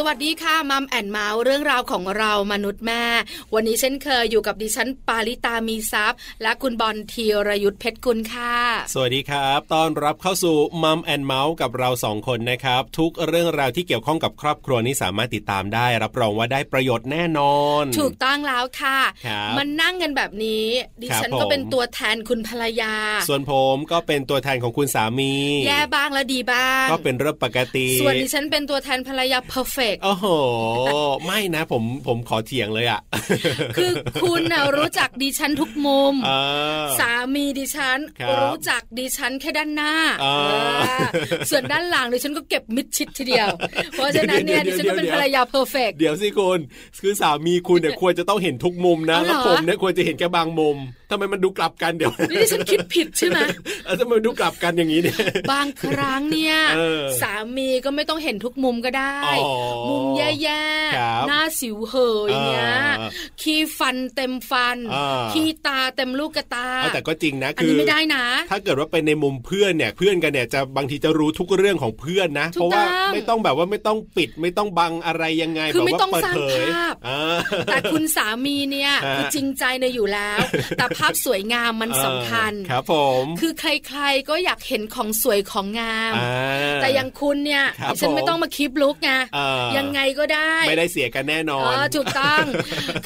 สวัสดีค่ะมัมแอนเมาส์เรื่องราวของเรามนุษย์แม่ วันนี้เช่นเคยอยู่กับดิฉันปาริตามีซัพย์ และคุณบอลธีรยุทธเพชรกุลค่ะ สวัสดีครับ ต้อนรับเข้าสู่มัมแอนเมาส์กับเราสองคนนะครับ ทุกเรื่องราวที่เกี่ยวข้องกับครอบครัวนี้สามารถติดตามได้ รับรองว่าได้ประโยชน์แน่นอน ถูกต้องแล้วค่ะ ครับ มันนั่งกันแบบนี้ ดิฉัน ครับผม ก็เป็นตัวแทนคุณภรรยา ส่วนผมก็เป็นตัวแทนของคุณสามี แย่บ้างและดีบ้าง ก็เป็นเรื่องปกติ ส่วนดิฉันเป็นตัวแทนภรรยาเพอร์เฟก โอ้โห ไม่นะผมผมขอเถียง เลยอะ คือคุณน่ะรู้จักดิฉันทุกมุม เออ สามีดิฉัน ครับ รู้จักดิฉันแค่ด้านหน้า อ่า เออส่วนด้านหลังดิฉันก็เก็บมิดชิดทีเดียว เพราะฉะนั้นเนี่ย เดี๋ ดิ ยว ฉัน เดี๋ ก็ ยว เป็นภเดี๋ยวรรยาเพอร์เฟก เดี๋ยวสิคุณคือสามีคุณเนี่ยควรจะต้องเห็นทุกมุมนะ เอาเหร แล้ อ วผมเนี่ยควรจะเห็นแค่บางมุมทำไมมันดูกลับกันเดี๋ยว นี่ดิฉันคิดผิดใช่ไหม เออทำไมมันดูกลับกันอย่างนี้เนี่ย บางครั้งเนี่ย เออ สามีก็ไม่ต้องเห็นทุกมุมก็ได้ อ๋อ มุมแย่ ครับ ๆหน้าสิวเหยเนี้ย อ่า ขี้ฟันเต็มฟัน อ่า ขี้ตาเต็มลูกกระตา เอาแต่ก็จริงนะ อัน คื นี้ อ ไม่ได้นะ ถ้าเกิดว่าเป็นในมุมเพื่อนเนี่ยเพื่อนกันเนี่ยจะบางทีจะรู้ทุกเรื่องของเพื่อนนะ ถูก เพราะว่า ต้อง ไม่ต้องแบบว่าไม่ต้องปิดไม่ต้องบังอะไรยังไง คือ แบบ ไม่ ว่า ต้อง เปิดเผย สร้างภาพ อ่า แต่คุณสามีเนี่ย ฮะ คือจริงใจในยอยู่แล้ว แต่ภาพสวยงามมันสำคัญ ครับผม คือใครๆก็อยากเห็นของสวยของงาม า แต่อยังคุณเนี่ย ครับ ดิฉันไม่ ผม ต้องมาคลิปลุกไง อ่ายั ยังไงก็ได้ ไม่ได้เสียกันแน่นอ เอน อถูก ต้อง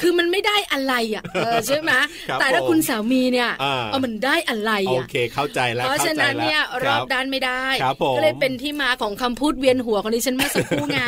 คือมันไม่ได้อะไรอ่ะเออใช่ไหม ครับ แต่ถ้า ผม คุณสามีเนี่ย อ่า เออมันได้อะไร โอ อ่ะ เคเข้าใจแล้ว เพราะฉะนั้นเนี่ย ข้าอร ใจแล้ว บ ค ด้านไม่ได้ ครับผม ก็เลยเป็นที่มาของคำพูดเวียนหัวของดิฉันเมื่อสักครู่ไง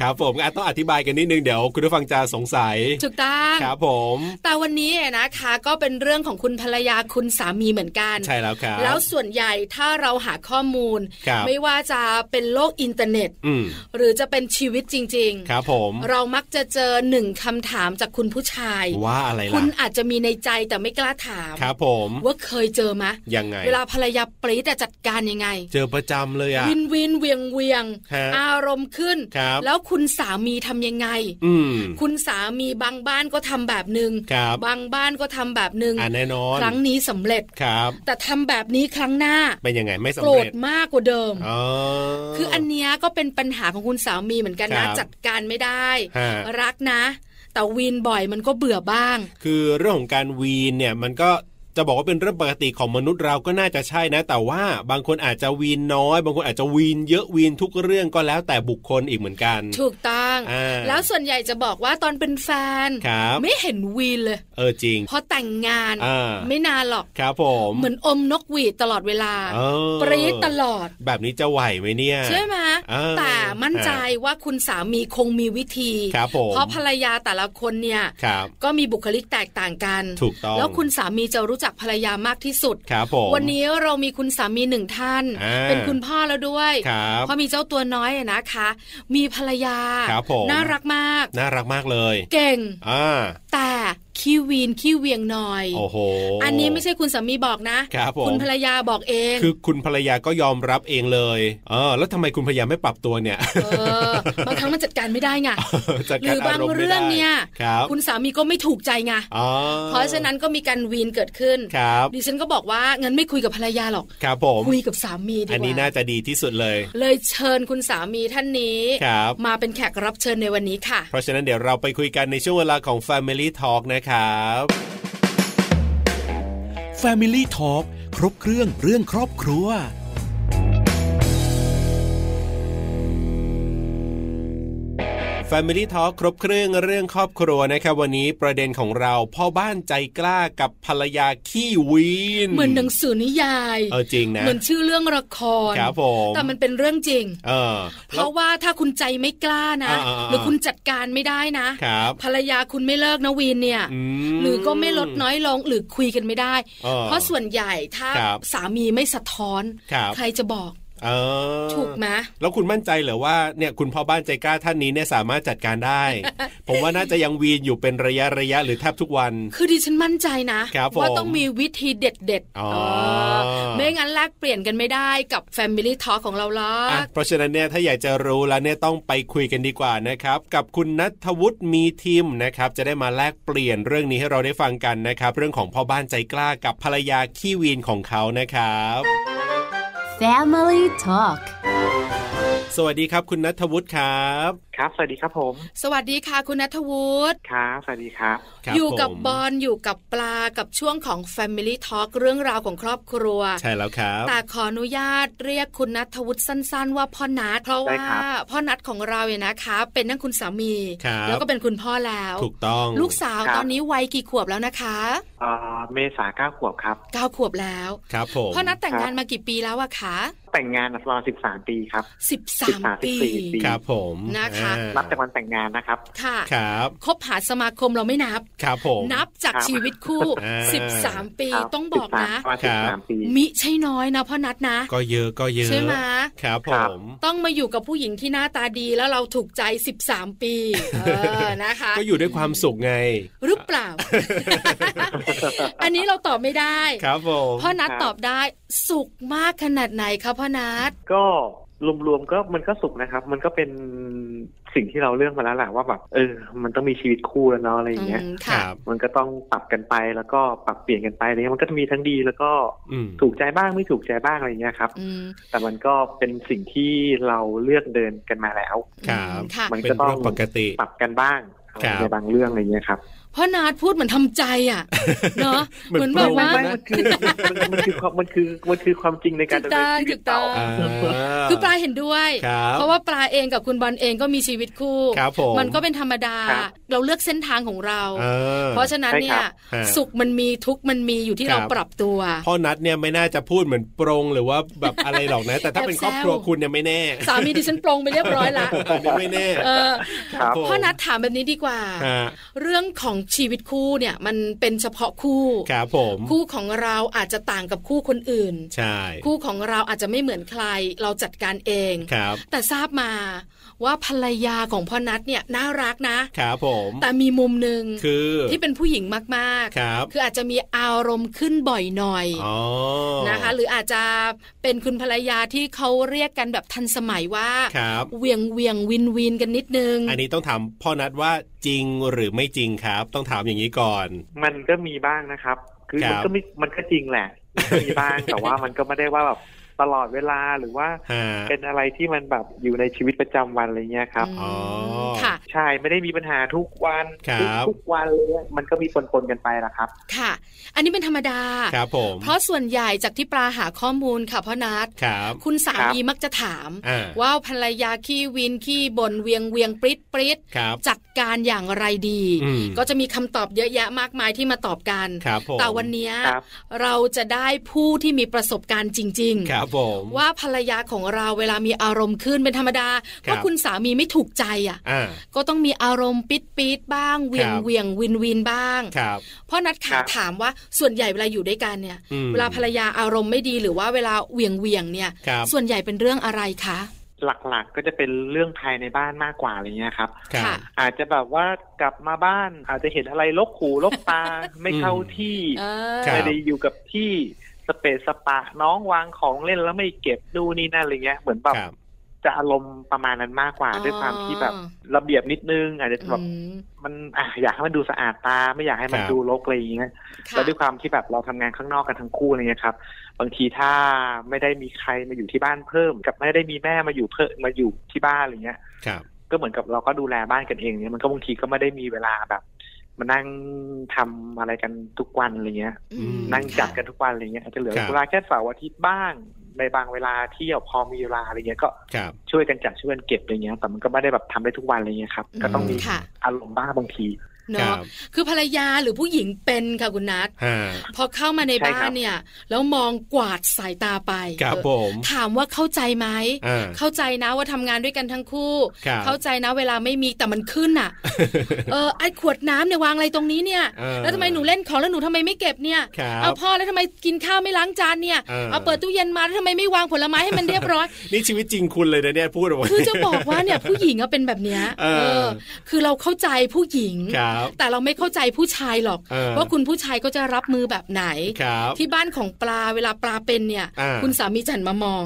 ครับผมอ่ะต้องอธิบายกันนิดนึงเดี๋ยวคุณผู้ฟังจะสงสัย ถูกต้อง ครับผม แต่วันนี้นะคะก็เป็นเรื่องของคุณภรรยาคุณสามีเหมือนกัน ใช่แล้วครับ แล้วส่วนใหญ่ถ้าเราหาข้อมูล ครับ ไม่ว่าจะเป็นโลกอินเทอร์เน็ต อืม หรือจะเป็นชีวิตจริง ครับผม ๆ เรามักจะเจอหนึ่งคำถามจากคุณผู้ชาย ว่าอะไร คุ ล่ะ ณอาจจะมีในใจแต่ไม่กล้าถาม ครับผม ว่าเคยเจอไหม ยังไง เวลาภรรยาปรีดอะจัดการยังไง เจอประจำเลยอ่ะ วินวินเวียงเวียง ฮะ อารมณ์ขึ้น ครับ แล้วคุณสามีทำยังไง อืม คุณสามีบางบ้านก็ทำแบบหนึง ครับ งบ้านก็ทำแบบหนึง อ่าแน่นอน ครั้งนี้สำเร็จ ครับ แต่ทำแบบนี้ครั้งหน้า เป็นยังไงไม่ โกร สำเร็ ธ จ มากกว่าเดิม อ๋อ คืออันเนี้ยก็เป็นปัญหาของคุณสามีเหมือนกันนะ ครับ จัดการไม่ได้ ฮะ รักนะ แต่วีนบ่อยมันก็เบื่อบ้าง คือเรื่องของการวีนเนี่ยมันก็จะบอกว่าเป็นเรื่องปกติของมนุษย์เราก็น่าจะใช่นะ แต่ว่าบางคนอาจจะวีนน้อย บางคนอาจจะวีนเยอะวีนทุกเรื่องก็แล้วแต่บุคคลอีกเหมือนกัน ถูกต้อง อ่า แล้วส่วนใหญ่จะบอกว่าตอนเป็นแฟน ครับ ไม่เห็นวีนเลย เออจริง พอแต่งงาน อ่า ไม่นานหรอก ครับผม เหมือนอมนกหวีดตลอดเวลา เออ ปรีดตลอด แบบนี้จะไหวไหมเนี่ย ใช่ไหม เออ แต่มั่นใจว่าคุณสามีคงมีวิธี ครับผม เพราะภรรยาแต่ละคนเนี่ย ครับ ก็มีบุคลิกแตกต่างกัน ถูกต้อง แล้วคุณสามีจะรู้จักภรรยามากที่สุด ครับผม วันนี้เรามีคุณสามีหนึ่งท่าน อ่า เป็นคุณพ่อแล้วด้วย ครับ เพราะมีเจ้าตัวน้อยอะนะคะ มีภรรยา ครับผม น่ารักมาก น่ารักมากเลย เก่ง อ่า แต่ขี้วีนขี้เวียงหน่อย โอ้โห อันนี้ไม่ใช่คุณสามีบอกนะครับ ผม ณภรรยาบอกเอง คือคุณภรรยาก็ยอมรับเองเลยเออแล้วทำไมคุณภรรยาไม่ปรับตัวเนี่ย เออบางครั้งมันจัดการไม่ได้ไง จัด ห ก รือบาง มณ์ไม่ เรื่ ได้ องเนี่ย ครับ ณสามีก็ไม่ถูกใจไง อ๋อ เพราะฉะนั้นก็มีการวีนเกิดขึ้น ครับ ดิฉันก็บอกว่างั้นไม่คุยกับภรรยาหรอก ครับผม คุยกับสามีดีกว่า อันนี้น่าจะดีที่สุดเลย เลยเชิญคุณสามีท่านนี้ ครับ มาเป็นแขกรับเชิญในวันนี้ค่ะ เพราะฉะนั้นเดี๋ยวเราไปคุยกันในช่วงเวลาของ Family Talk นะครับ Family Talk ครบเครื่องเรื่องครอบครัว Family Talk ครบเครื่องเรื่องครอบครัวนะครับ วันนี้ประเด็นของเราพ่อบ้านใจกล้ากับภรรยาขี้วีน เหมือนหนังสือนิยาย เออจริงนะ เหมือนชื่อเรื่องละคร ครับผม แต่มันเป็นเรื่องจริง เออ เพ แล้ ราะ ว ว่าถ้าคุณใจไม่กล้านะ อ่าอ่าอ่า หรือคุณจัดการไม่ได้นะ ครับ ภรรยาคุณไม่เลิกนะวีนเนี่ย อืม หรือก็ไม่ลดน้อยลงหรือคุยกันไม่ได้ เออ เพราะส่วนใหญ่ถ้า ครับ สามีไม่สะท้อน ครับ ใครจะบอก เออ ถูกไหม แล้วคุณมั่นใจเหรอว่าเนี่ยคุณพ่อบ้านใจกล้าท่านนี้เนี่ยสามารถจัดการได้ ผมว่าน่าจะยังวีนอยู่เป็นระยะระยะหรือแทบทุกวัน คือดิฉันมั่นใจนะ ครับผม ว่าต้องมีวิธีเด็ดเด็ดๆ อ๋อ เออไม่งั้นแลกเปลี่ยนกันไม่ได้กับ Family Talk ของเราหรอ อ่ะ ก เพราะฉะนั้นเนี่ยถ้าอยากจะรู้แล้วเนี่ยต้องไปคุยกันดีกว่านะครับ กับคุณนัทวุฒิมีทิมนะครับ จะได้มาแลกเปลี่ยนเรื่องนี้ให้เราได้ฟังกันนะครับ เรื่องของพ่อบ้านใจกล้ากับภรรยาขี้วีนของเขานะครับ Family Talk สวัสดีครับ คุณนัทวุฒิครับ ครับ สวัสดีครับผม สวัสดีค่ะคุณนัทวุฒิ ครับ สวัสดีครับ ครับ อยู่กับ ผม บอลอยู่กับปลากับช่วงของ Family Talk เรื่องราวของครอบครัว ใช่แล้วครับ แต่ขออนุญาตเรียกคุณนัทวุฒิสั้น ๆ ว่าพ่อนัทเพราะ ได้ ว่า ครับ พ่อนัทของเราเนี่ยนะคะ เป็นทั้งคุณสามี ครับ แล้วก็เป็นคุณพ่อแล้ว ถูกต้อง ลูกสาว ครับ ตอนนี้วัยกี่ขวบแล้วนะคะ เอ่อเมษาเก้าขวบครับ เก้าขวบแล้ว ครับผม พ่อนัทแต่งงานมากี่ปีแล้วอะคะ แต่งงานประมาณสิบสามปีครับ สิบสาม 13 ปี ปี ครับผม นะคะ อ่า นับจากวันแต่งงานนะครับ ค่ะ ครับ คบหาสมาคมเราไม่นับ ครับผม นับจาก ครับ ชีวิตคู่ อ่า 13 ปี ครั ต้องบอกนะ 13ประมาณ ค สิ รั บบ สามปี มิใช่น้อยนะพ่อนัทนะ ก็เยอะก็เยอะ ใช่ไหม ครับผ ครับ ม ต้องมาอยู่กับผู้หญิงที่หน้าตาดีแล้วเราถูกใจ 13 ปีเออนะคะ ก็อยู่ด้วยความสุขไง หรือเปล่า อันนี้เราตอบไม่ได้ ครับผม พ่อนัท ครับ ตอบได้สุขมากขนาดไหนคะพ่อนัท ก็รวมๆก็มันก็สุขนะครับ มันก็เป็นสิ่งที่เราเลือกมาแล้วแหละว่าแบบเออ มันต้องมีชีวิตคู่แล้วเนาะอะไรอย่างเงี้ย อืม ค ค่ะ รับ มันก็ต้องปรับกันไปแล้วก็ปรับเปลี่ยนกันไปอะไรเงี้ยมันก็จะมีทั้งดีแล้วก็ อืม ถูกใจบ้างไม่ถูกใจบ้างอะไรเงี้ยครับ อืม แต่มันก็เป็นสิ่งที่เราเลือกเดินกันมาแล้ว ครับ ค่ะ มัน เป็น ก็ต้อง เรื่องปกติ ปรับกันบ้าง ครับ ในบางเรื่องอะไรเงี้ยครับ พ่อนัทพูดเหมือนทำใจ อ่ะ เนอะ เหมือน เหมือนแบ ไม่ บ ไม่ ว่า ไม่มันคือมันคือความมันคือมันคือความจริงในการดำเนินชีวิตเรา ถูกต้งถูกต้ง อ่า คือปลาเห็นด้วย ครับ เพราะว่าปลาเองกับคุณบอลเองก็มีชีวิตคู่ ครับผม นก็เป็นธรรมดา ครับ เราเลือกเส้นทางของเรา ออ เพราะฉะนั้นเนี่ย ใช่ครับ ฮะ สุขมันมีทุกข์มันมีอยู่ที่ ครั เรา บ ปรับตัว พ่อนัดเนี่ยไม่น่าจะพูดเหมือนปรงหรือว่าแบบอะไรหรอกนะ แต่ถ้าเป็นครอบครัวคุณเนี่ยไม่แน่ สามีดิฉันปรงไปเรียบร้อยละ อันนี้ไม่แน่ เออ ครับ ผม พ่อนัดถามแบบนี้ดีกว่า ฮะ เรื่องของชีวิตคู่เนี่ย มันเป็นเฉพาะคู่ ครับผม คู่ของเราอาจจะต่างกับคู่คนอื่น ใช่ คู่ของเราอาจจะไม่เหมือนใคร เราจัดการเอง ครับ แต่ทราบมาว่าภรรยาของพ่อนัทเนี่ยน่ารักนะ ครับผม แต่มีมุมหนึ่ง คือ ที่เป็นผู้หญิงมากๆ ครับ คืออาจจะมีอารมณ์ขึ้นบ่อยหน่อย อ๋อ นะคะ หรืออาจจะเป็นคุณภรรยาที่เขาเรียกกันแบบทันสมัยว่า ครับ เวียงเวียงวินวินกันนิดนึง อันนี้ต้องถามพ่อนัดว่าจริงหรือไม่จริงครับ ต้องถามอย่างนี้ก่อน มันก็มีบ้างนะครับ คือ ครับ มันก็มีมันก็จริงแหละมันก็มี บ้าง แต่ว่ามันก็ไม่ได้ว่าแบบตลอดเวลาหรือว่า ฮะ เป็นอะไรที่มันแบบอยู่ในชีวิตประจำวันอะไรเงี้ยครับ อ๋อ ค่ะ ใช่ไม่ได้มีปัญหาทุกวัน ครับ ทุกๆวันเลยมันก็มีปนๆกันไปนะครับ ค่ะ อันนี้เป็นธรรมดา ครับผม เพราะส่วนใหญ่จากที่ปลาหาข้อมูลค่ะพ่อนัท ครับ คุณสามีมักจะถาม อ่า ว่าภรรยาขี้วินขี้บนเวียงเวียงปริดปริด ครับ จัดการอย่างไรดี อืม ก็จะมีคำตอบเยอะแยะมากมายที่มาตอบกัน ครับผม แต่วันเนี้ย ครับ เราจะได้ผู้ที่มีประสบการณ์จริง ครับผม ๆ ว่าภรรยาของเราเวลามีอารมณ์ขึ้นเป็นธรรมดา ครับ ว่าคุณสามีไม่ถูกใจอ่ะ อ่า ก็ต้องมีอารมณ์ปิดปิดบ้างเวียง ครับ เวียงวินวินบ้าง ครับ เพราะนัด ครั ขา บ ถามว่าส่วนใหญ่เวลาอยู่ด้วยกันเนี่ย อืม เวลาภรรยาอารมณ์ไม่ดีหรือว่าเวลาเวียงเวียงเนี่ย ครับ ส่วนใหญ่เป็นเรื่องอะไรคะ หลักๆก็จะเป็นเรื่องภายในบ้านมากกว่าอะไรเงี้ยครับ ครับ ค่ะ อาจจะแบบว่ากลับมาบ้าน อาจจะเห็นอะไรลกหูลกตา ไม่เข้าที่ เอ คอรับ ไม่ได้อยู่กับที่สเปซสปะน้องวางของเล่นแล้วไม่เก็บดูนนี่นั่นอะไรเงี้ยเหมือนแบบ ครับ จะอารมณ์ประมาณนั้นมากกว่า อ๋อ ด้วยความที่แบบระเบียบนิดนึง อาจจะแบบ อืม มันอ่ะอยากให้มันดูสะอาดตา ไม่อยากให้มัน ครับ ดูรกอะไรอย่างเงี้ย ค่ะ แล้วด้วยความที่แบบเราทำงานข้างนอกกันทั้งคู่อะไรเงี้ยครับ บางทีถ้าไม่ได้มีใครมาอยู่ที่บ้านเพิ่ม กับไม่ได้มีแม่มาอยู่เพิ่มมาอยู่ที่บ้านอะไรเงี้ย ครับ ก็เหมือนกับเราก็ดูแลบ้านกันเองเนี่ยมันก็บางทีก็ไม่ได้มีเวลาแบบมานั่งทำอะไรกันทุกวันอะไรเงี้ย อืม นั่งจัดกันทุกวันอะไรเงี้ยอาจจะเหลือ ครับ เวลาแค่เสาร์อาทิตย์บ้าง ในบางเวลาเที่ยวพอมีเวลาอะไรเงี้ยก็ ครับ ช่วยกันจัดช่วยกันเก็บอะไรเงี้ยแต่มันก็ไม่ได้แบบทำได้ทุกวันอะไรเงี้ยครับ อืม ก็ต้องมี ค่ะ อารมณ์บ้างบางที ครั เนาะ บ คือภรรยาหรือผู้หญิงเป็นค่ะคุณนัท ฮ่า พอเข้ามาใน ใช่ครับ บ้านเนี่ย แล้วมองกวาดสายตาไป ครับผม ถามว่าเข้าใจไหม อ่า เข้าใจนะว่าทำงานด้วยกันทั้งคู่ ครับ เข้าใจนะเวลาไม่มีแต่มันขึ้นอ่ะ เออไอขวดน้ำเนี่ยวางอะไรตรงนี้เนี่ย เออ แล้วทำไมหนูเล่นของแล้วหนูทำไมไม่เก็บเนี่ย ครับ เอาพ่อแล้วทำไมกินข้าวไม่ล้างจานเนี่ย เออ เปิดตู้เย็นมาแล้วทำไมไม่วางผลไม้ให้มันเรียบร้อย นี่ชีวิตจริงคุณเลยนะเนี่ยพูดออกมา คือจะบอกว่าเนี่ยผู้หญิงอะเป็นแบบเนี้ย เออ คือเราเข้าใจผู้หญิง ครับ แต่เราไม่เข้าใจผู้ชายหรอก เออ ว่าคุณผู้ชายก็จะรับมือแบบไหน ครับ ที่บ้านของปลาเวลาปลาเป็นเนี่ย อ่า คุณสามีจันมาม อง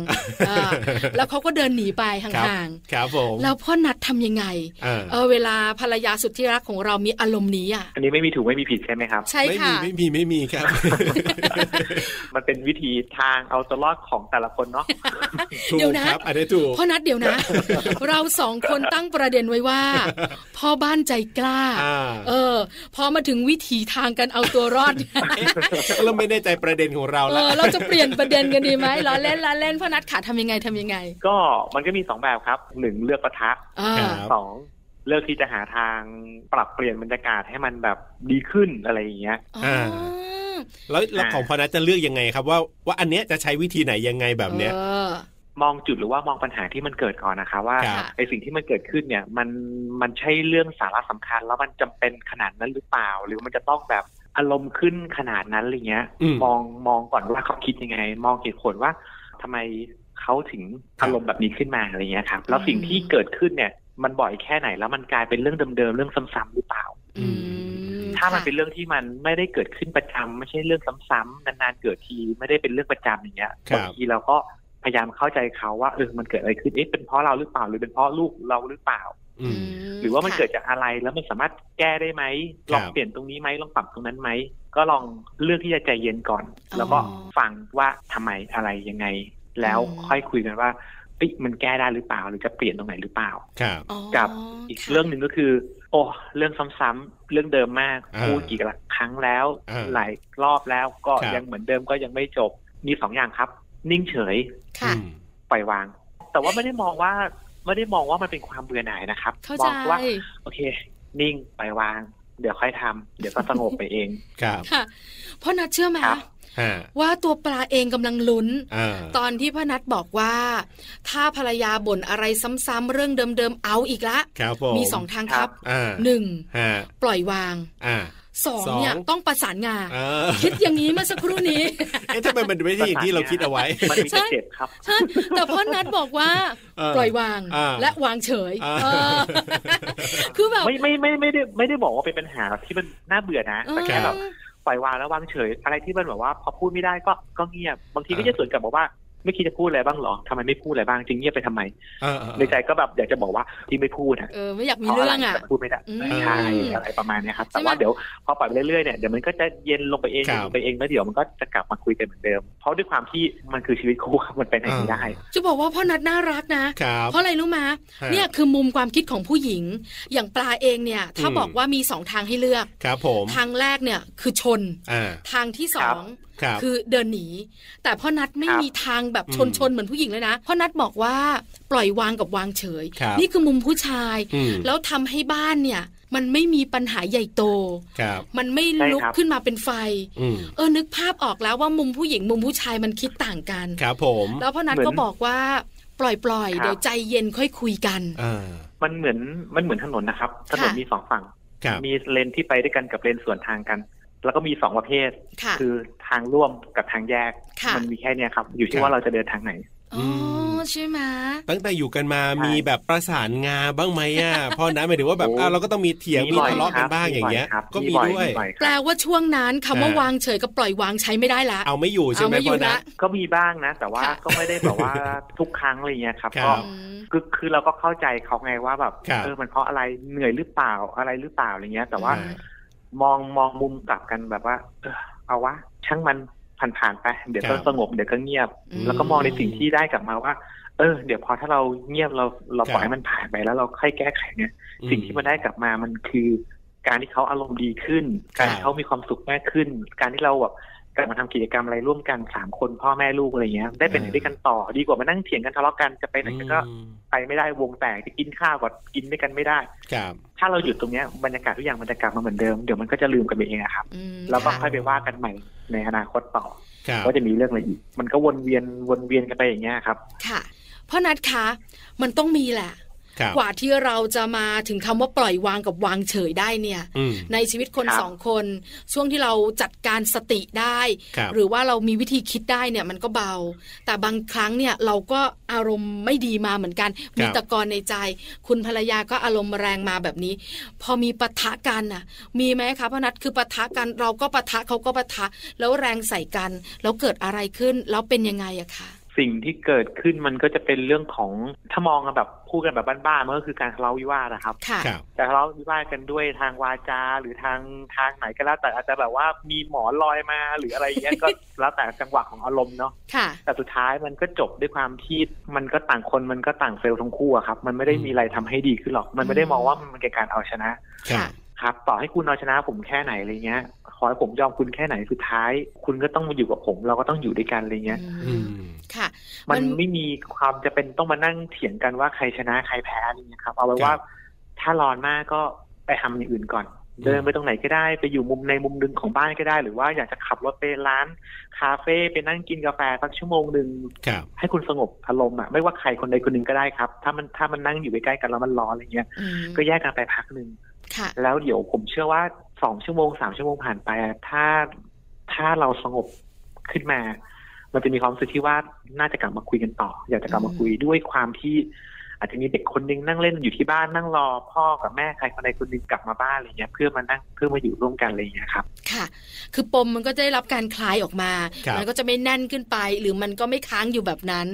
อ่า อ่าแล้วเขาก็เดินหนีไป ครับ ห่าง ครับผม ๆแล้วพ่อนัดทำยังไง อ่า เออเวลาภรรยาสุดที่รักของเรามีอารมณ์นี้อ่ะ อันนี้ไม่มีถูกไม่มีผิดใช่ไหมครับ ใช่ ไม่มี ค่ะ ไม่มีไม่มีครับ มันเป็นวิธีทางเอาตัวรอดของแต่ละคนเนาะ ถูก เดี๋ยวนะ ครับอันนี้ถูก พ่อนัดเดี๋ยว นะ เราสองคนตั้งประเด็นไว้ว่า พ่อบ้านใจกล้า อ่า เออ พอมาถึงวิถีทางกันเอาตัวรอด เอ๊ะชักเริ่มไม่แน่ใจประเด็นของ เรา เอ แล้ว อเราจะเปลี่ยนประเด็นกันดีไหมล้อเล่นล้อเล่นพ่อนัดขาทำยังไงทำยังไง ก็มันก็มีสองแบบครับหนึ่งเลือกปะทะ อ่า ครับ สองเลือกที่จะหาทางปรับเปลี่ยนบรรยากาศให้มันแบบดีขึ้นอะไรอย่างเงี้ย อ๋อ แล้วแล้ว อ่า ของพอนัทจะเลือกยังไงครับว่าว่าอันเนี้ยจะใช้วิธีไหนยังไงแบบเนี้ย ออ มองจุดหรือว่ามองปัญหาที่มันเกิดก่อนนะคะว่า ครับ ไอสิ่งที่มันเกิดขึ้นเนี่ยมันมันใช่เรื่องสาระสำคัญ แล้วมันจำเป็นขนาดนั้นหรือเปล่า หรือมันจะต้องแบบอารมณ์ขึ้นขนาดนั้นอะไรเงี้ย อืม มองมองก่อนว่าเขาคิดยังไง มองเหตุผลว่าทำไมเขาถึงอารมณ์แบบนี้ขึ้นมาอะไรเงี้ยครับแล้วสิ่งที่เกิดขึ้นเนี่ย มันบ่อยแค่ไหนแล้วมันกลายเป็นเรื่องเดิมๆเรื่องซ้ำๆหรือเปล่า อืม ถ้ามัน ค่ะ เป็นเรื่องที่มันไม่ได้เกิดขึ้นประจำไม่ใช่เรื่องซ้ำๆนานๆเกิดทีไม่ได้เป็นเรื่องประจำอย่างเงี้ย ครับ บางทีเราก็พยายามเข้าใจเขาว่าเออมันเกิดอะไรขึ้นเอ๊ะเป็นเพราะเราหรือเปล่าหรือเป็นเพราะลูกเราหรือเปล่า อืม ม หรือว่ามัน ค่ะ เกิดจากอะไรแล้วมันสามารถแก้ได้ไหม ครับ ลองเปลี่ยนตรงนี้ไหมลองปรับตรงนั้นไหมก็ลองเลือกที่จะใจเย็นก่อน แล้วก็ฟังว่าทำไมอะไรยังไง แล้วค่อยคุยกันว่าเอ๊ะมันแก้ได้หรือเปล่า หรือจะเปลี่ยนตรงไหนหรือเปล่า ครับ อ๋อ กับอีก ค่ะ เรื่องหนึ่งก็คือ โอ้เรื่องซ้ำๆเรื่องเดิมมาก อ่า พูดกี่ครั้งแล้ว อ่า หลายรอบแล้วก็ ครับ ยังเหมือนเดิมก็ยังไม่จบมีสองอย่างครับ นิ่งเฉย ค่ะ อืม ปล่อยวาง แต่ว่าไม่ได้มองว่าไม่ได้มองว่ามันเป็นความเบื่อหน่ายนะครับ เข้าม ใจ องว่า โอเค นิ่งปล่อยวาง เดี๋ยวค่อยทำเดี๋ยวก็สงบไปเอง ครับ ค่ะพ่อนัดเชื่อไหม ครับ ฮะ ว่าตัวปลาเองกำลังลุ้น อ่า ตอนที่พ่อนัดบอกว่า ถ้าภรรยาบ่นอะไรซ้ำๆเรื่องเดิมๆเอาอีกละ ครับผม มีสองทางครับ อ่า หนึ่ง ฮะ ปล่อยวาง อ่า สอง สอง เนี่ยต้องประสานงา เออ คิดอย่างนี้เมื่อสักครู่นี้ เอ๊ะทำไมมันไม่ใช่อย่างที่เราคิดเอาไว้ มันมี ใช่ แต่เจ็บครับ ใช่แต่พ่อนัดบอกว่า เออ ปล่อยวาง อ่า และวางเฉย อ่า เออคือแบบ ไม่ไม่ไม่ไม่ได้ไม่ได้บอกว่าเป็นปัญหาที่มันน่าเบื่อนะ เออ แต่แค่แบบ ปล่อยวางแล้ววางเฉย อะไรที่มันแบบว่า พอพูดไม่ได้ก็ก็เงียบบางทีก็ อ่า จะสวนกลับบอกว่าไม่คิดจะพูดอะไรบ้างเหรอทำไมไม่พูดอะไรบ้างจริงเงียบไปทำไม เออเออ ในใจก็แบบอยากจะบอกว่าที่ไม่พูดอะ เออไม่อยากมี พา เรื่องอ่ะ แต่พูดไม่ได้ อืม ใช่อะไรประมาณเนี้ยครับ แต่ ใช่ไหม ว่าเดี๋ยวพอปล่อยไปเรื่อยๆเนี่ยเดี๋ยวมันก็จะเย็นลงไปเอง ครับเย็นลงไปเองแล้วเดี๋ยวมันก็จะกลับมาคุยกันเหมือนเดิม เพราะด้วยความที่มันคือชีวิตคู่ครับมันไปไหนไม่ได้ จะบอกว่าพ่อนัดน่ารักนะ ครับ เพราะอะไรรู้มา ฮะ เนี่ยคือมุมความคิดของผู้หญิง อย่างปลาเองเนี่ย ถ้า อืม บอกว่ามีสองทางให้เลือก ครับผม ทางแรกเนี่ยคือชน อ่า ทางที่สอง ครับ คือเดินหนี แต่พ่อนัดไม่ ครับ มีทางแบบชนช อื น ม เหมือนผู้หญิงเลยนะพ่อนัดบอกว่าปล่อยวางกับวางเฉย ครับ นี่คือมุมผู้ชาย อืม แล้วทำให้บ้านเนี่ย มันไม่มีปัญหาใหญ่โต ครับ มันไม่ ใช่ ลุก ครับ ขึ้นมาเป็นไฟ อืม เออนึกภาพออกแล้วว่ามุมผู้หญิงมุมผู้ชายมันคิดต่างกัน ครับผม แล้วพ่อนัท เหมือน ก็บอกว่าปล่อยปล่อยๆ ครับ เดี๋ยวใจเย็นค่อยคุยกัน อ่า มันเหมือนมันเหมือนถนนนะครับถนนมีสองฝั่ง ครับ มีเลนที่ไปด้วยกันกับเลนสวนทางกัน แล้วก็มีสองประเภท ค่ะ คือทางร่วมกับทางแยก ค่ะ มัมีแค่เนี้ยครับ อยู่ ครั ที่ บ ว่าเราจะเดินทางไหน อ๋อใช่ไหม ตั้งแต่อยู่กันมา ใช่ มีแบบประสานงาบ้างไหมอ่ะ เพราะนะหมายถึงว่าแบบ โอ้ อ้าวเราก็ต้องมีเถียงมี บ่อ ทะเลาะ ค กัน รับ บ้างอย่างเงี้ย บ่ครับ ก็มี บ่อ ด้วย บ่อครับ แปลว่าช่วงนั้นคำว่า อ่า วางเฉยกับปล่อยวางใช้ไม่ได้ละ เอาไม่อยู่ใช่ เอา ไหม ไม่อ พ่อยู่ นะ ละ ก็มีบ้างนะ แต่ว่า ค่ะ ก็ไม่ได้แบบว่าทุกครั้งอะไรเงี้ยครับ ครั ก็ บ อืม คือคือเราก็เข้าใจเขาไงว่าแบบ ครับ เออมันเพราะอะไรเหนื่อยหรือเปล่าอะไรหรือเปล่าอะไรเงี้ย แต่ว่า อ่า มองมองมุมกลับกันแบบว่า เออเอาวะช่างมันผ่านผ่านๆไป เดี๋ยวคก็รับ สงบเดี๋ยวก็เงียบ อืม แล้วก็มองในสิ่งที่ได้กลับมาว่า เออ เดี๋ยวพอถ้าเราเงียบเราเรา ครับ ปล่อยให้มันผ่านไปแล้วเราค่อยแก้ไขเนี่ย สิ่งที่มันได้กลับมามันคือ การที่เขาอารมณ์ดีขึ้น การที่เขามีความสุขมากขึ้น การที่เราแบบ กลับมาทำกิจกรรมอะไรร่วมกันสามคนพ่อแม่ลูกอะไรเงี้ยได้เป็น อ่า ด้วยกันต่อ ดีกว่ามานั่งเถียงกันทะเลาะกันจะไปไหนก็ อืม ไปไม่ได้วงแตกจะกินข้าวก็กินด้วยกันไม่ได้ ครับ ถ้าเราหยุดตรงเนี้ยบรรยากาศทุกอย่างมันจะกลับมาเหมือนเดิมเดี๋ยวมันก็จะลืมกันไปเองอะครับ อืม แล้วก็ ค่ะ ค่อยไปว่ากันใหม่ในอนาคตต่อ ครับ ว่าจะมีเรื่องอะไรอีก มันก็วนเวียนวนเวียนกันไปอย่างเงี้ยครับ ค่ะเพราะนัดคะมันต้องมีแหละ ครับ กว่าที่เราจะมาถึงคำว่าปล่อยวางกับวางเฉยได้เนี่ย อืม ในชีวิตคน ครับ สองคน ช่วงที่เราจัดการสติได้ ครับ หรือว่าเรามีวิธีคิดได้เนี่ยมันก็เบา แต่บางครั้งเนี่ยเราก็อารมณ์ไม่ดีมาเหมือนกัน มีตะกอนในใจ คุณภรรยาก็อารมณ์แรงมาแบบนี้ พอมีปะทะกันน่ะ มีไหมคะพอนัดคือปะทะกันเราก็ปะทะเขาก็ปะทะแล้วแรงใส่กัน แล้วเกิดอะไรขึ้นแล้วเป็นยังไงอะคะ สิ่งที่เกิดขึ้นมันก็จะเป็นเรื่องของถ้ามองกันแบบพูดกันแบบบ้านๆมันก็คือการทะเลาะวิวาทนะครับ ค่ะ ครับ แต่ทะเลาะวิวาทกันด้วยทางวาจาหรือทางทางไหนก็แล้วแต่อาจจะแบบว่ามีหมอนลอยมาหรืออะไรอย่างเงี้ย ก็แล้วแต่จังหวะของอารมณ์เนาะ ค่ะ แต่สุดท้ายมันก็จบด้วยความที่มันก็ต่างคนมันก็ต่างเฟลทั้งคู่อะครับ มันไม่ได้มีอะไรทำให้ดีขึ้นหรอก มันไม่ได้มองว่ามันเป็นการเอาชนะ ครั ค่ะ บ ครับ ต่อให้คุณเอาชนะผมแค่ไหนอะไรเงี้ยขอให้ผมยอมคุณแค่ไหนสุดท้าย คุณก็ต้องมาอยู่กับผม เราก็ต้องอยู่ด้วยกันอะไรเงี้ย อื อื ม ม ค่ะ มัน มัน ไม่มีความจะเป็นต้องมานั่งเถียงกันว่าใครชนะใครแพ้อะไรอย่างเงี้ยครับ เอาไว้ว่า ครับ ถ้าร้อนมากก็ไปทำอย่างอื่นก่อน อืม เดินไปตรงไหนก็ได้ไปอยู่มุมในมุมหนึงของบ้านก็ได้ หรือว่าอยากจะขับรถไปร้าน คาเฟ่ไปนั่งกินกาแฟสักชั่วโมงหนึ่ง ครับ ให้คุณสงบอารมณ์อ่ะไม่ว่าใครคนใดคนหนึ่งก็ได้ครับ ถ้ามันถ้ามันนั่งอยู่ใกล้ๆกันแล้วมันร้อนอะไรเงี้ย อืม ก็แยกกันไปพักหนึ่ง ค่ะ แล้วเดี๋ยวผมเชื่อว่าสองชั่วโมงสามชั่วโมงผ่านไปอะถ้าถ้าเราสงบขึ้นมา มันจะมีความรู้สึกที่ว่าน่าจะกลับมาคุยกันต่อ อยากจะกลับมาคุยด้วยความที่ อาจจะมีเด็กคนนึงนั่งเล่นอยู่ที่บ้านนั่งรอ พ่อกับแม่ใครคนใดคนหนึงกลับมาบ้านอะไรเงี้ยเพื่อมานั่งเพื่อมาอยู่ร่วมกันอะไรเงี้ยครับ ค่ะ คือปมมันก็จะได้รับการคลายออกมา ครับ มันก็จะไม่แน่นขึ้นไป หรือมันก็ไม่ค้างอยู่แบบนั้น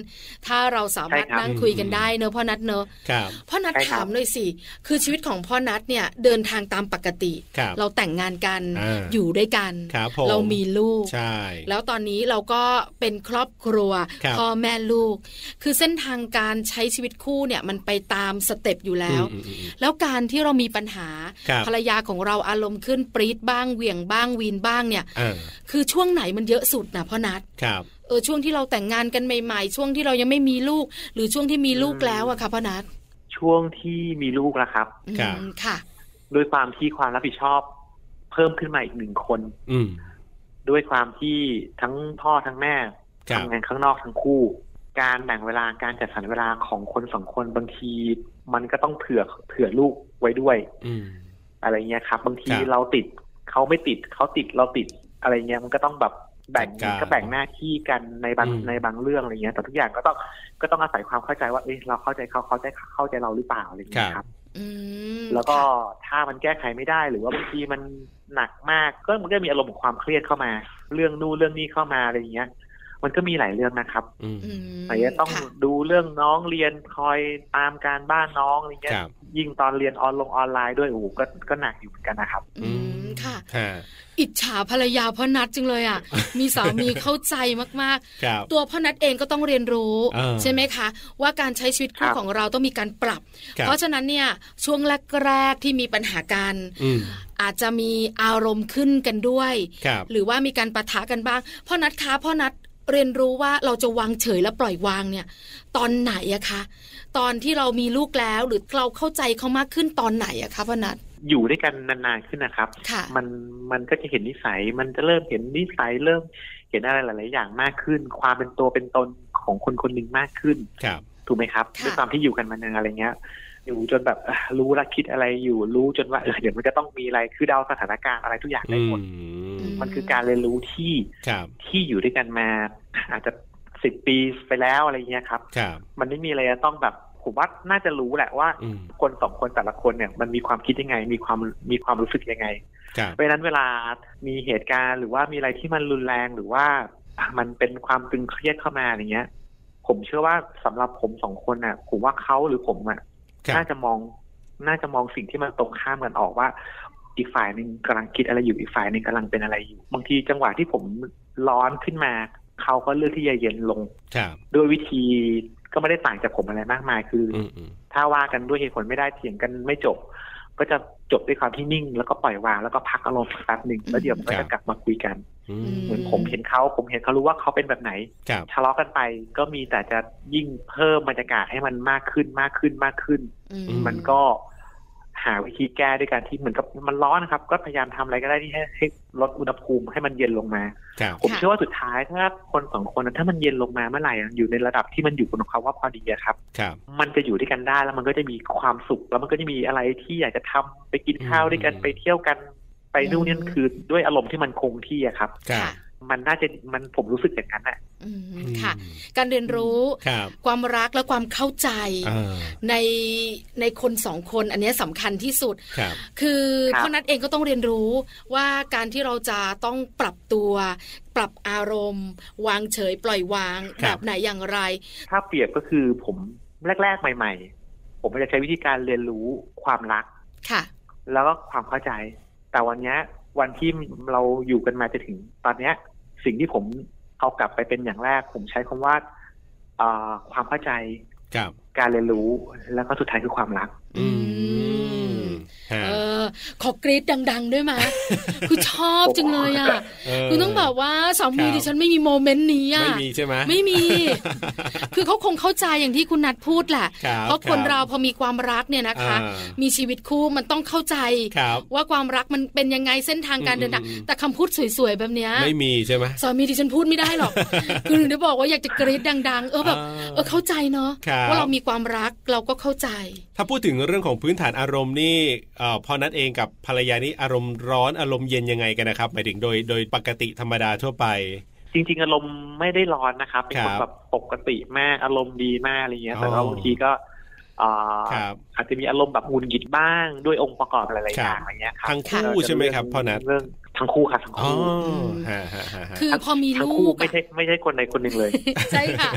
ถ้าเราสามารถ ใช่ครับ นั่งคุยกันได้เนอะพ่อนัดเนอะ ครับ พ่อนัด ใช่ครับ ถามหน่อยสิ คือชีวิตของพ่อนัดเนี่ยเดินทางตามปกติ ครับ เราแต่งงานกัน อ่า อยู่ด้วยกัน ครับผม เรามีลูก ใช่ แล้วตอนนี้เราก็เป็นครอบครัว ครับ พ่อแม่ลูก คือเส้นทางการใช้ชีวิตคู่เนี่ยมันไปตามสเต็ปอยู่แล้ว อืมอืมอืม แล้วการที่เรามีปัญหา ครับ ภรรยาของเราอารมณ์ขึ้นปรี๊ดบ้างเหวี่ยงบ้างวีนบ้างเนี่ย อ่า คือช่วงไหนมันเยอะสุดนะพ่อนัด ครับ เออช่วงที่เราแต่งงานกันใหม่ๆ ช่วงที่เรายังไม่มีลูก หรือช่วงที่มีลูกแล้วอะค่ะพ่อนัด ช่วงที่มีลูกแล้วครับ อืม ครับ ค่ะ ด้วยความที่ความรับผิดชอบ เพิ่มขึ้นมาอีกหนึ่งคน อืม ด้วยความที่ทั้งพ่อทั้งแม่ ครับ ทำงานข้างนอกทั้งคู่ การแบ่งเวลาการจัดสรรเวลาของคนสองคนบางที มันก็ต้องเผื่อเผื่อลูกไว้ด้วย อืม อะไรเงี้ยครับ บางที ครับ เราติดเขาไม่ติดเขาติดเราติดอะไรเงี้ยมันก็ต้องแบบแบ่ง จัดการ ก็แบ่งหน้าที่กันในบาง อืม ในบางเรื่องอะไรเงี้ยแต่ทุกอย่างก็ต้องก็ต้องอาศัยความเข้าใจว่าเอ้ยเราเข้าใจเขาเขาใจเข้าใจเราหรือเปล่าอะไรเงี้ยครับ อืม แล้วก็ ค่ะ ถ้ามันแก้ไขไม่ได้หรือว่าบางทีมันหนักมากก็มันก็มีอารมณ์ของความเครียดเข้ามา เรื่องนู่นเรื่องนี้เข้ามาอะไรอย่างเงี้ย มันก็มีหลายเรื่องนะครับ อืม อืม ไหนจะต้อง ค่ะ ดูเรื่องน้องเรียนคอยตามการบ้านน้องอะไรเงี้ย ครับ ยิ่งตอนเรียนออนลงออนไลน์ด้วยโอ้โหก็ก็หนักอยู่เหมือนกันนะครับ อืมค่ะ ฮะ อิจฉาภรรยาพ่อนัดจังเลย อ่ะ มีสามีเข้าใจมาก ครับ ๆ ตัวพ่อนัดเองก็ต้องเรียนรู้ เออ ใช่ไหมคะ ว่าการใช้ชีวิตคู่ ครับ ของเราต้องมีการปรับ ครับ เพราะฉะนั้นเนี่ยช่วงแรกๆที่มีปัญหากัน อืม อาจจะมีอารมณ์ขึ้นกันด้วย ครับ หรือว่ามีการปะทะกันบ้างพ่อนัดคะพ่อนัดเรียนรู้ว่าเราจะวางเฉยและปล่อยวางเนี่ย ตอนไหนอะคะ ตอนที่เรามีลูกแล้วหรือเราเข้าใจเขามากขึ้นตอนไหนอะคะพ่อนัด อยู่ด้วยกันนานๆขึ้นนะครับ ค่ะ มันมันก็จะเห็นนิสัย มันจะเริ่มเห็นนิสัยเริ่มเห็นอะไรหลาย ๆ อย่างมากขึ้น ความเป็นตัวเป็นตนของคนคนหนึ่งมากขึ้น ครับ ถูกไหมครับ ค่ะ ด้วยความที่อยู่กันมานานอะไรเงี้ย อยู่จนแบบเอ่อรู้ละคิดอะไรอยู่รู้จนว่าเออเดี๋ยวมันจะต้องมีอะไรคือเดาสถานการณ์อะไรทุกอย่าง อื ได้หมด ม มันคือการเรียนรู้ที่ ครับ ที่อยู่ด้วยกันมา อาจจะสิบปีไปแล้วอะไรเงี้ยครับ ครับ มันไม่มีอะไรจะต้องแบบผมว่าน่าจะรู้แหละว่า อืม คนสองคนแต่ละคนเนี่ยมันมีความคิดยังไง มีความมีความรู้สึกยังไง ครับ เพราะฉะนั้นเวลามีเหตุการณ์หรือว่ามีอะไรที่มันรุนแรงหรือว่าอ่ะมันเป็นความตึงเครียดเข้ามาอย่างเงี้ย ผมเชื่อว่าสำหรับผมสองคนน่ะผมว่าเขาหรือผมอ่ะ ครั น่า บ จะมองน่าจะมองสิ่งที่มันตรงข้ามกันออกว่า อีกฝ่ายหนึ่งกำลังคิดอะไรอยู่อีกฝ่ายหนึ่งกำลังเป็นอะไรอยู่บางทีจังหวะที่ผมร้อนขึ้นมาเขาก็เลือกที่จะเย็นลง ครับ ด้วยวิธีก็ไม่ได้ต่างจากผมอะไรมากมายคืออ อืมอืม ถ้าว่ากันด้วยเหตุผลไม่ได้เถียงกันไม่จบ ก็จะจบด้วยความที่นิ่ง แล้วก็ปล่อยวางแล้วก็พักอารมณ์สักแป๊บหนึ่งแล้วเดี๋ยวมันก็ ครั จะ บ กลับมาคุยกัน อืม เหมือนผมเห็นเขาผมเห็นเขารู้ว่าเขาเป็นแบบไหน ครับ ทะเลาะกันไปก็มีแต่จะยิ่งเพิ่มบรรยากาศให้มันมากขึ้นมากขึ้นมากขึ้น อื มันก็หาวิธีแก้ด้วยการที่เหมือนกับมันร้อนนะครับ ก็พยายามทำอะไรก็ได้ที่ให้ให้ลดอุณหภูมิให้มันเย็นลงมา ครับ ผมเชื่อว่าสุดท้ายถ้าคนสองคนนะถ้ามันเย็นลงมาเมื่อไหร่อะอยู่ในระดับที่มันอยู่บนภาวะพอดีอะครับ ครับ มันจะอยู่ด้วยกันได้แล้วมันก็จะมีความสุข แล้วมันก็จะมีอะไรที่อยากจะทำไปกินข้าวด้วยกัน อืม ไปเที่ยวกันไปนู่นนี่นั่นคือด้วยอารมณ์ที่มันคงที่อะครับ ครับ ค่ะ มันน่าจะมันผมรู้สึกอย่างนั้นอะ อืมค่ะ อืม การเรียนรู้ ครับ ความรักและความเข้าใจ อ่า ในในคนสองคนอันเนี้ยสำคัญที่สุด ครับ คือ ครับ พ่อนัทเองก็ต้องเรียนรู้ว่าการที่เราจะต้องปรับตัว ปรับอารมณ์ วางเฉยปล่อยวาง ค แบ รับ บไหนอย่างไร ถ้าเปรียบก็คือผมแรก ๆ ใหม่ ๆ ผมจะใช้วิธีการเรียนรู้ความรัก ค่ะ แล้วก็ความเข้าใจ แต่วันเนี้ยวันที่เราอยู่กันมาจะถึงตอนเนี้ย สิ่งที่ผมเอากลับไปเป็นอย่างแรก ผมใช้คำว่าเอ่อความเข้าใจ ครับ การเรียนรู้แล้วก็สุดท้ายคือความรัก อืมฮะ เออ ขอกรี๊ดดัง ๆ ด้วยมา คือชอบจังเลยอ่ะ เ คุณต้องบอกว่าสามี ครับ ดิฉันไม่มีโมเมนต์นี้อ่ะ ไม่มีใช่ไหม ไม่มี คือเขาคงเข้าใจอย่างที่คุณนัทพูดแหละ ครับ เพราะคนเราพอมีความรักเนี่ยนะคะ อ่า มีชีวิตคู่มันต้องเข้าใจ ครับ ว่าความรักมันเป็นยังไงเส้นทางการเดินทาง อืมอืม แต่คำพูดสวยๆแบบเนี้ย ไม่มีใช่ไหม สามีดิฉันพูดไม่ได้ หรอก คือหนูได้บอกว่าอยากจะกรี๊ดดัง ๆ เออแบบ อ่า เออเข้าใจเนาะ ครับ ว่าเรามีความรักเราก็เข้าใจ ถ้าพูดถึงเรื่องของพื้นฐานอารมณ์นี่เอ่อพอนัดเองกับภรรยานี่อารมณ์ร้อนอารมณ์เย็นยังไงกันนะครับหมายถึงโดยโดยปกติธรรมดาทั่วไป จริง ๆ อารมณ์ไม่ได้ร้อนนะครับ เป็นคคนรับ แบบปกติมากอารมณ์ดีมากอะไรเงี้ยแต่อ๋อบว่าางทีก็เอ่อ ครับ อาจจะมีอารมณ์แบบหงุนหงิดบ้างด้วยองค์ประกอบหลายๆ ค อ รับ ย่างอะไรเงี้ยครับ ทั้งคู่ใช่ไหมครับพ่อนัท เรื่องทั้งคู่ค่ะทั้ง อ๋อ คู่ ฮะฮะฮะฮะ คือพอมี ทั้ง ลู คู่ ก ไม่ อะ ใช่ ไม่ใช่คนใดคนหนึ่งเลย ใช่ค่ะ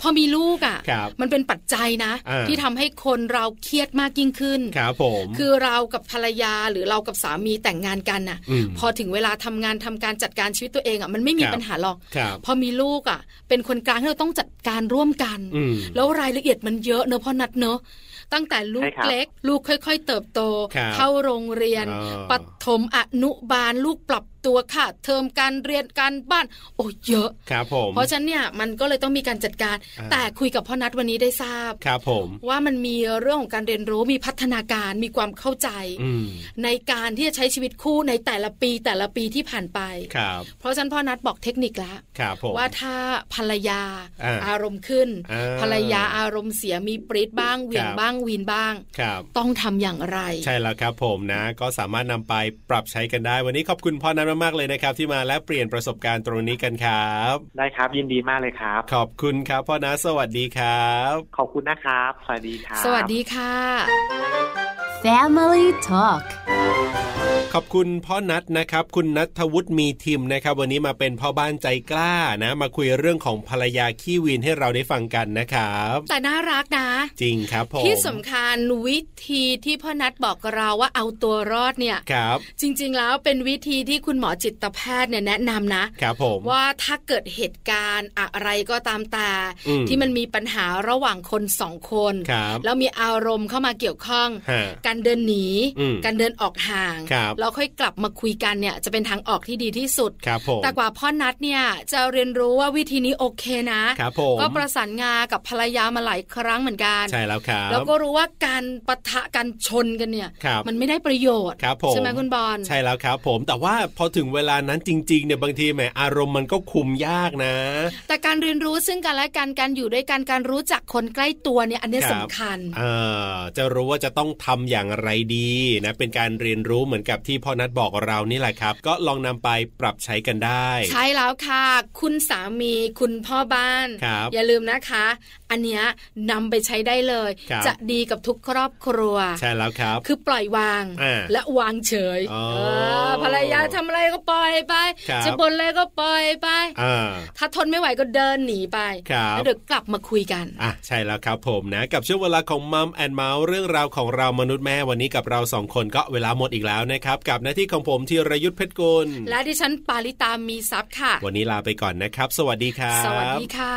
พอมีลูกอ่ะ ครับ มันเป็นปัจจัยนะ อ่า ที่ทำให้คนเราเครียดมากยิ่งขึ้น ครับผม คือเรากับภรรยาหรือเรากับสามีแต่งงานกันน่ะ ม พอถึงเวลาทำงานทำการจัดการชีวิตตัวเองอ่ะมันไม่มี ครับ ปัญหาหรอก ครับ พอมีลูกอ่ะ เป็นคนกลางที่เราต้องจัดการร่วมกัน อืม แล้วรายละเอียดมันเยอะเนอะพ่อนัดเนอะตั้งแต่ลู ใช่ ก ครับ เล็ก ลูกค่อย ๆ เติบโต ครับ เข้าโรงเรียน อ่า ปฐมอนุบาลลูกปรับตัวค่ะเทอมการเรียนการบ้าน โอ้เยอะ ครับผม เพราะฉะนั้นเนี่ยมันก็เลยต้องมีการจัดการ อ่า แต่คุยกับพ่อนัทวันนี้ได้ทราบ ครับผม ว่ามันมีเรื่องของการเรียนรู้มีพัฒนาการมีความเข้าใจ อืม ในการที่จะใช้ชีวิตคู่ในแต่ละปีแต่ละปีที่ผ่านไป ครับ เพราะฉะนั้นพ่อนัทบอกเทคนิคละ ครับผม ว่าถ้าภรรยา อ่า อารมณ์ขึ้น อ่า ภรรยาอารมณ์เสียมีปรีดบ้างเหวี่ยง ครับ บ้างวีนบ้าง ครับ ต้องทำอย่างไร ใช่แล้วครับผมนะ ก็สามารถนำไปปรับใช้กันได้ วันนี้ขอบคุณพ่อนัทมากๆเลยนะครับ ที่มาและเปลี่ยนประสบการณ์ตรงนี้กันครับ ได้ครับ ยินดีมากเลยครับ ขอบคุณครับพ่อนัทสวัสดีครับ ขอบคุณนะครับ สวัสดีครับ สวัสดีค่ะ Family Talk ขอบคุณพ่อนัทนะครับ คุณนัทวุฒิมีทิมนะครับ วันนี้มาเป็นพ่อบ้านใจกล้านะ มาคุยเรื่องของภรรยาขี้วีนให้เราได้ฟังกันนะครับ แต่น่ารักนะ จริงครับผม ที่สำคัญวิธีที่พ่อนัทบอกกับเราว่าเอาตัวรอดเนี่ย ครับ จริงๆ แล้วเป็นวิธีที่คุณหมอจิตแพทย์เนี่ยแนะนำนะ ครับผม ว่าถ้าเกิดเหตุการณ์อะไรก็ตามแต่ อืม ที่มันมีปัญหาระหว่างคนสองคน ครับ แล้วมีอารมณ์เข้ามาเกี่ยวข้อง ฮะ การเดินหนี อืม การเดินออกห่าง ครับ แล้วค่อยกลับมาคุยกันเนี่ยจะเป็นทางออกที่ดีที่สุด ครับผม แต่กว่าพ่อนัดเนี่ยจะเรียนรู้ว่าวิธีนี้โอเคนะ ครับผม ก็ประสานงากับภรรยามาหลายครั้งเหมือนกัน ใช่แล้วครับ แล้วก็รู้ว่าการปะทะกันชนกันเนี่ย ครับ มันไม่ได้ประโยชน์ ครับผม ใช่ไหมคุณบอล ใช่แล้วครับผมแต่ว่าพอถึงเวลานั้นจริงๆเนี่ยบางทีแหมอารมณ์มันก็คุมยากนะ แต่การเรียนรู้ซึ่งกันและกันการอยู่ด้วยกันการรู้จักคนใกล้ตัวเนี่ยอันเนี้ย ครับ สำคัญ เอ่อจะรู้ว่าจะต้องทำอย่างไรดีนะ เป็นการเรียนรู้เหมือนกับที่พ่อนัทบอกเรานี่แหละครับ ก็ลองนำไปปรับใช้กันได้ ใช่แล้วค่ะ คุณสามีคุณพ่อบ้าน ครับ อย่าลืมนะคะ อันเนี้ยนำไปใช้ได้เลย ครับ จะดีกับทุกครอบครัว ใช่แล้วครับ คือปล่อยวาง อ่า และวางเฉย อ๋อ เออภรรยาทำอะไรก็ปล่อยไป ครับ จะบ่นอะไรก็ปล่อยไป อ่า ถ้าทนไม่ไหวก็เดินหนีไป ครับ แล้วเดี๋ยวกลับมาคุยกัน อ่ะใช่แล้วครับผมนะ กับช่วงเวลาของมัมแอนเมาส์เรื่องราวของเรามนุษย์แม่วันนี้กับเราสองคนก็เวลาหมดอีกแล้วนะครับ กับหน้าที่ของผมธีรยุทธเพชรกุล และดิฉันปาริตามีซับค่ะ วันนี้ลาไปก่อนนะครับ สวัสดีครับ สวัสดีค่ะ